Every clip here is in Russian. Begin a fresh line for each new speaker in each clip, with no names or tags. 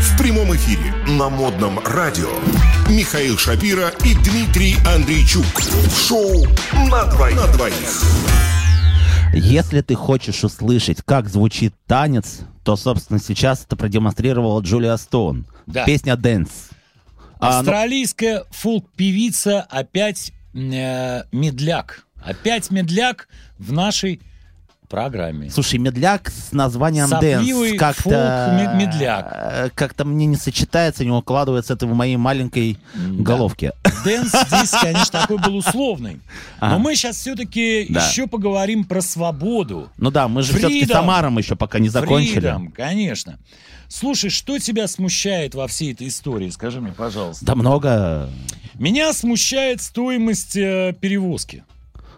В прямом эфире на модном радио Михаил Шапира и Дмитрий Андрейчук. Шоу на двоих. На двоих.
Если ты хочешь услышать, как звучит танец, то, собственно, сейчас это продемонстрировала Джулия Стоун.
Да.
Песня «Дэнс». А, ну,
Австралийская фолк-певица опять э, медляк. Опять медляк в нашей программе.
Слушай, медляк с названием
Сопливый
«Дэнс» как-то...
фолк-ме- медляк.
э, Как-то мне не сочетается, не укладывается это в моей маленькой головке.
Дэнс здесь, конечно, такой был условный.
А.
Но мы сейчас все-таки
Да.
еще поговорим про свободу.
Ну да, мы же все-таки
Freedom.
Самаром еще пока не закончили.
Freedom, конечно. Слушай, что тебя смущает во всей этой истории? Скажи мне, пожалуйста.
Да много.
Меня смущает стоимость э, перевозки.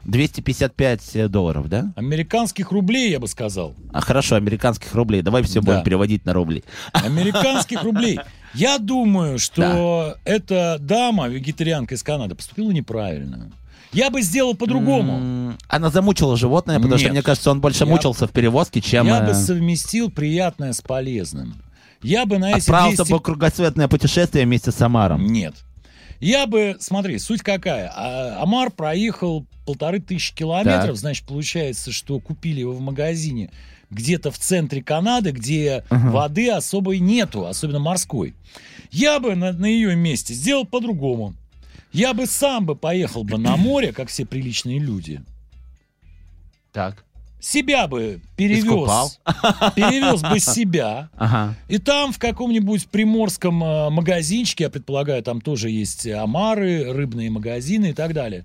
255 долларов, да?
Американских рублей, я бы сказал.
А хорошо, американских рублей. Давай все
Да.
будем переводить на рубли.
Американских рублей. Я думаю, что эта дама, вегетарианка из Канады, поступила неправильно. Я бы сделал по-другому.
М, Она замучила животное, потому что,
Нет.
мне кажется, он больше
Я-
мучился в перевозке, чем
Я бы
э,
совместил приятное с полезным. Я бы
А
на эти
отправился
200
бы в кругосветное путешествие вместе с Самаром.
Нет. Я бы, смотри, суть какая. А, Амар проехал полторы тысячи километров,
Так.
значит, получается, что купили его в магазине где-то в центре Канады, где
Мгм.
воды особой нету, особенно морской. Я бы на, на ее месте сделал по-другому. Я бы сам бы поехал бы на море, как все приличные люди.
Так.
Себя бы перевез.
Искупал.
Перевез бы себя.
Ага.
И там в каком-нибудь приморском э, магазинчике, я предполагаю, там тоже есть э, омары, рыбные магазины и так далее.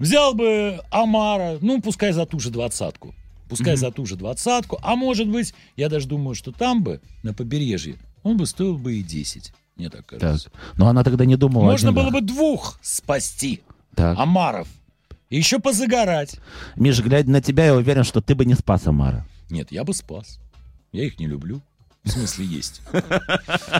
Взял бы омара, ну, пускай за ту же двадцатку. Пускай
Мгм.
за ту же двадцатку. А может быть, я даже думаю, что там бы, на побережье, он бы стоил бы и 10. Мне так
Так.
кажется.
Но она тогда не думала. о
Можно было
деньгах.
бы А двух спасти
Так.
омаров. И еще позагорать.
Миш, глядя на тебя, я уверен, что ты бы не спас Амара.
Нет, я бы спас. Я их не люблю. В смысле, есть.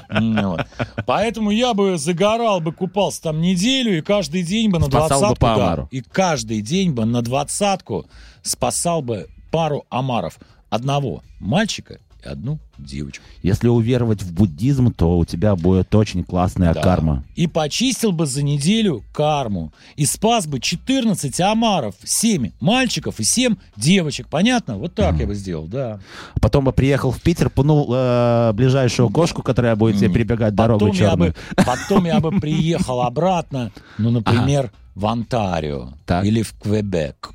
Ну вот. Поэтому я бы загорал бы, купался там неделю, и каждый день бы на
Спасал бы
двадцатку...
по
да,
омару.
и каждый день бы на двадцатку спасал бы пару омаров. Одного мальчика и одну девочку.
Если уверовать в буддизм, то у тебя будет очень классная
Да.
карма.
И почистил бы за неделю карму. И спас бы 14 омаров, 7 мальчиков и 7 девочек. Понятно? Вот так я бы сделал, да.
Потом бы приехал в Питер, пнул э, ближайшую кошку, которая будет тебе
Не.
перебегать дорогу
потом я,
черную.
бы, потом я бы приехал обратно, ну, например, в Онтарио
Так.
или в Квебек.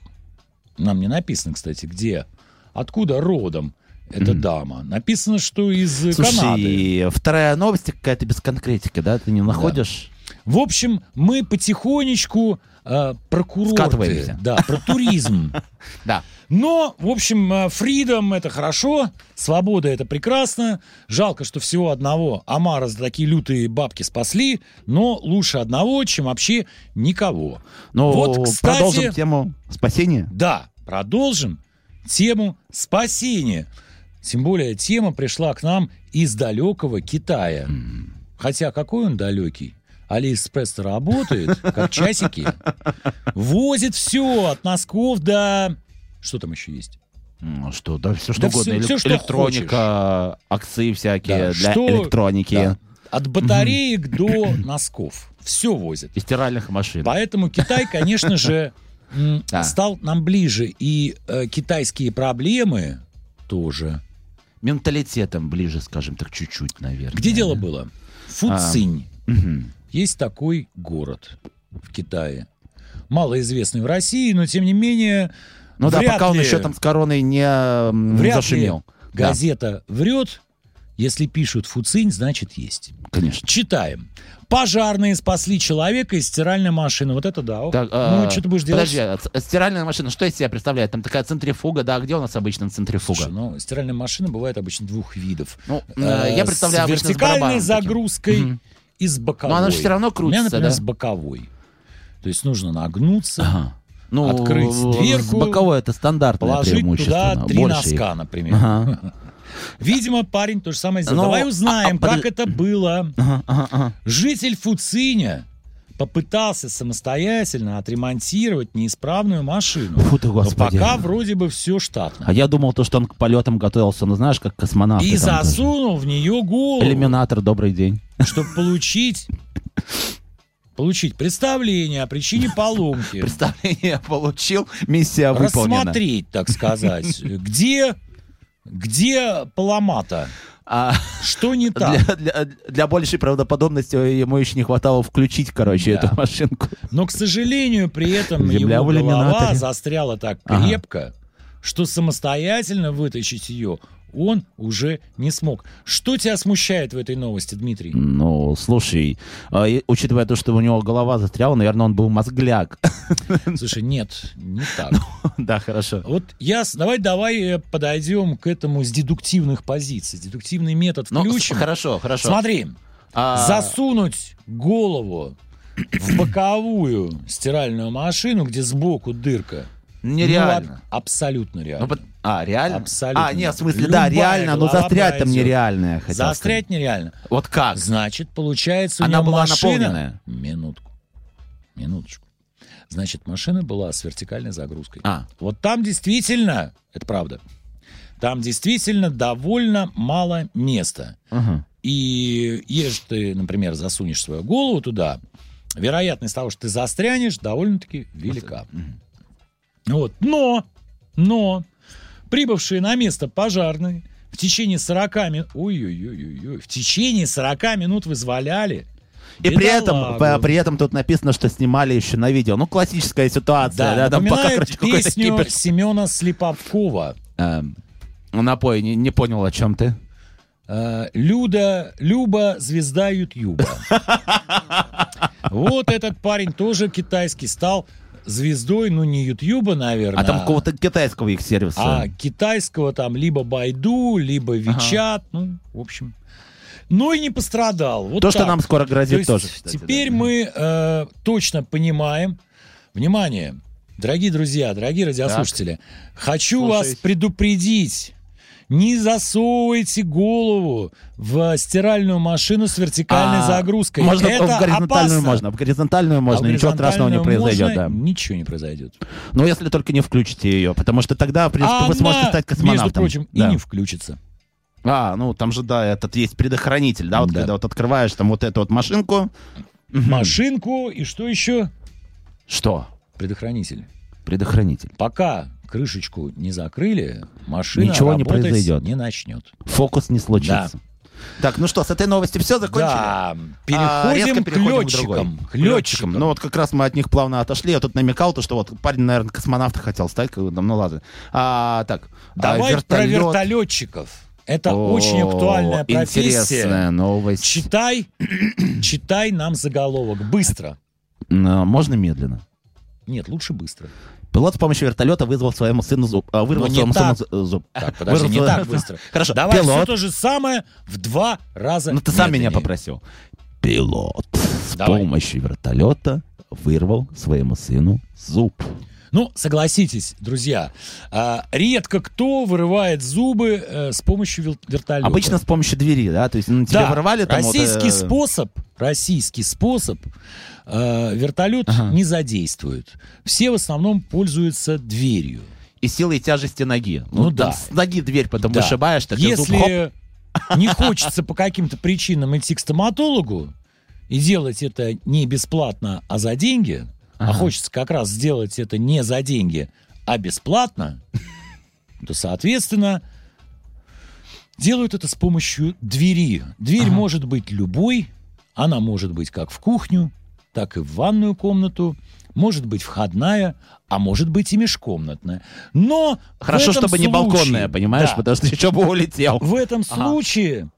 Нам не написано, кстати, где, откуда родом эта
Мгм.
дама. Написано, что из э,
Слушай,
Канады.
и вторая новость какая-то без конкретики, да? Ты не находишь?
В общем, мы потихонечку э, про курорты,
Скатываемся.
да, про туризм.
Да.
Но, в общем, э, фридом это хорошо, свобода это прекрасно. Жалко, что всего одного Амара за такие лютые бабки спасли, но лучше одного, чем вообще никого.
Ну,
Вот, кстати-
продолжим тему спасения.
Да, продолжим тему спасения. Тем более тема пришла к нам из далекого Китая. Хотя какой он далекий. Алиэкспресс работает, как часики. Возит все, от носков до... Что там еще есть?
Ну, Что, да, все что
Да
угодно.
всё-
Эле-
всё, что
электроника, акции всякие
Да,
для
что-
электроники
Да. От батареек до носков. Все возит.
и стиральных машин.
Поэтому Китай, конечно же, м,
Да.
стал нам ближе. И э, китайские проблемы тоже.
Менталитетом ближе, скажем так, чуть-чуть, наверное.
Где дело
да? А.
было? Фуцинь.
Мгм.
Есть такой город в Китае. Малоизвестный в России, но тем не менее
Ну да,
Вряд
пока он
ли.
еще там с короной не м,
Вряд ли.
зашумел. Да,
газета врет. Если пишут Фуцинь, значит есть.
конечно.
Читаем. Пожарные спасли человека из стиральной машины. Вот это да.
Так,
ну,
э,
что ты будешь делать?
Подожди, а ц- стиральная машина, что из себя представляет? Там такая центрифуга, да, а где у нас обычно центрифуга?
Слушай, ну, стиральная машина бывает обычно двух видов.
ну,
Э,
э, я представляю
с
обычно с
вертикальной
барабаном таким.
загрузкой
Мгм.
и с боковой.
Но она же всё равно
У меня,
крутится,
например,
да?
с боковой. То есть нужно нагнуться,
Ага. Ну,
Открыть
э,
дверку,
с боковой это стандартное
положить
преимущество.
туда
но
три
больше их.
носка, например.
Ага.
Видимо, парень то же самое сделал.
Ну,
Давай узнаем,
а, подож-
как это было.
Ага, ага, ага.
Житель Фуциня попытался самостоятельно отремонтировать неисправную машину.
Фу ты,
Но
господи.
пока вроде бы все штатно.
А я думал, то, что он к полетам готовился, ну знаешь, как космонавт.
И засунул в нее голову,
Иллюминатор, добрый день.
чтобы получить получить представление о причине поломки.
Представление получил, миссия выполнена.
Рассмотреть, так сказать, где, где поломата,
А
что не так.
для, для- для большей правдоподобности ему еще не хватало включить, короче,
Да.
эту машинку.
Но, к сожалению, при этом
Земля
его
в
голова
иллюминаторе.
застряла так
Ага.
крепко, что самостоятельно вытащить ее он уже не смог. Что тебя смущает в этой новости, Дмитрий?
Ну, слушай, а, и учитывая то, что у него голова застряла, наверное, он был мозгляк.
Слушай, нет, не так.
Да, хорошо.
Вот я... с- Давай, давай э, подойдем к этому с дедуктивных позиций. Дедуктивный метод
Ну, с-
включим.
хорошо, хорошо.
Смотри,
А,
засунуть голову в боковую стиральную машину, где сбоку дырка. Ну,
Нереально.
аб- абсолютно реально.
Ну, пот- а, реально?
Абсолютно.
А, нет, в смысле, да,
Любая
реально, но
голова
застрять там
пройдет.
нереально, я хотел сказать.
Застрять нереально.
Вот как?
Значит, получается, у
Она
нее
была
машина...
наполненная?
Минутку. Минуточку. Значит, машина была с вертикальной загрузкой.
А,
Вот там действительно, это правда, там действительно довольно мало места.
мгм.
И если ты, например, засунешь свою голову туда, вероятность того, что ты застрянешь, довольно-таки велика.
Мгм.
Вот. Но, но, прибывшие на место пожарные в течение 40 минут, ой-ой-ой, в течение 40 минут вызволяли.
И при этом,
бедолагу.
п- при этом тут написано, что снимали еще на видео. Ну, классическая ситуация.
Да,
там пока,
напоминает
короче, какой-то
песню
кипиш.
Семена Слепакова.
Эм, Напой, не, не понял, о чем ты.
Э, Люда, Люба, звезда Ютьюба. Вот этот парень тоже китайский стал звездой, ну не Ютьюба, наверное.
А там какого-то китайского их сервиса.
а китайского там либо Байду, либо Вичат, ну, в общем. Ну и не пострадал. Вот
То, что
так.
нам скоро
То
грозит
есть
тоже. кстати,
теперь
да.
мы э, точно понимаем, внимание, дорогие друзья, дорогие радиослушатели, хочу вас
Слушаюсь.
предупредить. Не засовывайте голову в стиральную машину с вертикальной
А,
загрузкой.
Можно
Это
в горизонтальную
опасно.
можно, в горизонтальную
А в
можно, ничего страшного не
горизонтальную
произойдет,
можно,
да.
Ничего не произойдет.
Ну, если только не включите ее, потому что тогда, в принципе, вы
Она,
сможете стать космонавтом.
Между прочим,
Да.
и не включится.
А, ну там же, да, этот есть предохранитель, да, вот
Да.
когда вот открываешь там вот эту вот машинку. Мгм.
Машинку и что еще?
Что?
Предохранитель.
Предохранитель.
Пока крышечку не закрыли, машина
Ничего не
работать
произойдет.
не начнет.
Фокус не случится. Так, ну что, с этой новости все закончили?
Да,
А, резко
переходим к
переходим к другой.
летчикам. К
К летчикам.
летчикам.
Ну вот как раз мы от них плавно отошли. Я тут намекал то, что вот парень, наверное, космонавта хотел стать, как бы, ну ладно. А, так, а,
Давай про
вертолет.
вертолетчиков. Это
О,
очень актуальная профессия.
Интересная новость.
Читай, читай нам заголовок быстро.
Но можно медленно?
Нет, лучше быстро.
Пилот с помощью вертолета вызвал своему сыну зуб. а, вырвал
Но Ну,
своему
не
сыну
так.
зу- зуб.
Так, подожди,
Вырвал
не
свое-
так быстро.
Хорошо,
Давай все
пилот.
то же самое в два раза.
Ну ты сам меня
медленнее.
попросил. Пилот с
Давай.
помощью вертолета вырвал своему сыну зуб.
Ну, согласитесь, друзья, а, редко кто вырывает зубы э, с помощью вел- вертолета.
Обычно с помощью двери, да? То есть ну, тебе
Да,
вырвали там вот,
российский
э,
способ, российский способ э, вертолет
Ага.
не задействует. Все в основном пользуются дверью.
и силой тяжести ноги.
Ну
Ну, там
да.
С ноги дверь потом
Да.
вышибаешь, так и зуб хоп.
Если не хочется по каким-то причинам идти к стоматологу и делать это не бесплатно, а за деньги, а
Ага.
хочется как раз сделать это не за деньги, а бесплатно, то, соответственно, делают это с помощью двери. Дверь
Ага.
может быть любой, она может быть как в кухню, так и в ванную комнату, может быть входная, а может быть и межкомнатная. Но в
Хорошо,
этом
чтобы не
случае-
балконная, понимаешь?
Да.
Потому что еще бы улетел.
В этом
Ага.
случае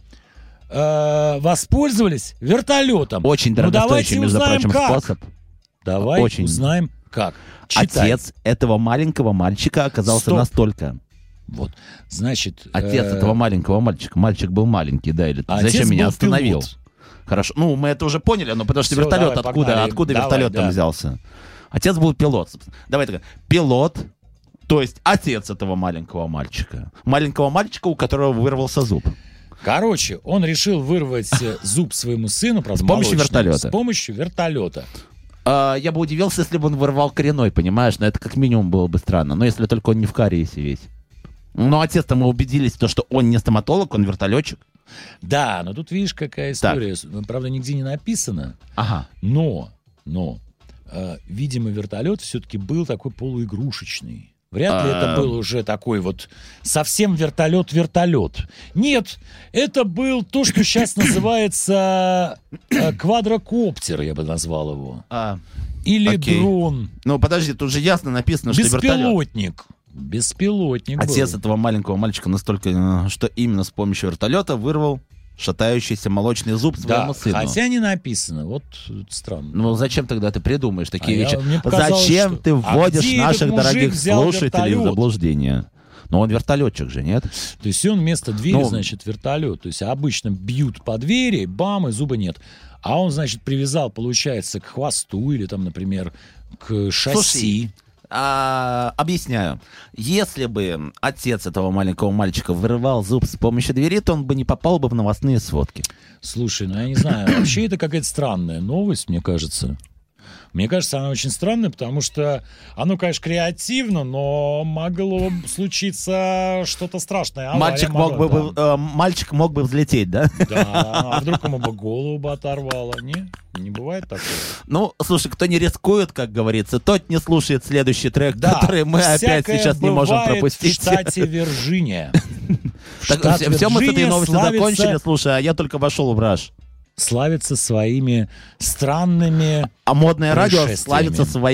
э, воспользовались вертолетом.
Очень
Ну,
дорогостоящий,
давайте
между
узнаем,
прочим,
как.
способ.
Давай
очень.
узнаем, как. Читай.
Отец этого маленького мальчика оказался
Стоп.
настолько.
Вот. Значит,
Отец
э,
этого маленького мальчика. Мальчик был маленький, да, или ты
отец
зачем меня
был
остановил?
пилот.
Хорошо. Ну, мы это уже поняли, но потому что
Всё,
вертолет
давай,
откуда?
погнали.
Откуда
Давай,
вертолет там
да.
взялся? Отец был пилот, собственно. Давай так. Пилот, то есть отец этого маленького мальчика. Маленького мальчика, у которого вырвался зуб.
Короче, он решил вырвать э, зуб своему сыну, правда,
С помощью
молочный,
вертолета.
С помощью вертолета.
а, я бы удивился, если бы он вырвал коренной, понимаешь? Но это как минимум было бы странно. Но если только он не в кариесе весь. Но отец-то мы убедились, то, что он не стоматолог, он вертолетчик.
Да, но тут видишь, какая
Так.
история. С- ну, Правда, нигде не написано,
Ага.
но, но, э, видимо, вертолет все-таки был такой полуигрушечный. Вряд ли
А.
это был уже такой вот совсем вертолет-вертолет. Нет, это был то, что сейчас называется э, квадрокоптер, я бы назвал его.
А,
Или
Окей.
дрон.
ну, подожди, тут же ясно написано, что вертолет.
Беспилотник. Беспилотник. был.
Отец этого маленького мальчика настолько, э, что именно с помощью вертолета вырвал шатающийся молочный зуб
Да,
своему сыну.
хотя не написано. Вот э, странно.
Ну зачем тогда ты придумаешь такие
А я-
вещи?
мне показалось,
Зачем
что-
ты
А
вводишь
где
наших
этот мужик
дорогих
взял
слушателей в
вертолет?
заблуждение? Но он вертолетчик же, нет?
То есть он вместо двери,
Ну,
значит, вертолет. То есть обычно бьют по двери, бам, и зуба нет. А он, значит, привязал, получается, к хвосту или там, например, к шасси.
А, объясняю. Если бы отец этого маленького мальчика вырывал зуб с помощью двери, то он бы не попал бы в новостные сводки.
Слушай, ну я не знаю, вообще это какая-то странная новость, мне кажется. Мне кажется, она очень странная, потому что оно, конечно, креативно, но могло случиться что-то страшное. Авария
мальчик, мог
могла,
бы, бы-
да.
э, мальчик мог бы взлететь, да?
Да, а вдруг ему бы голову бы оторвало. Не, не бывает такого.
Ну, слушай, кто не рискует, как говорится, тот не слушает следующий трек, который мы опять
всякое
сейчас не можем
бывает
пропустить.
В штате Вирджиния. В
Так,
штате
все, все мы с этой
Вирджиния
новостью
славится-
закончили, слушай, а я только вошел в раж.
Славится своими странными
А модное радио
Происшествиями.
славится своими